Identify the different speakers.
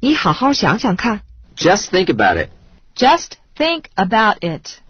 Speaker 1: 你好好想想看。
Speaker 2: Just think about it.
Speaker 1: Just think about it.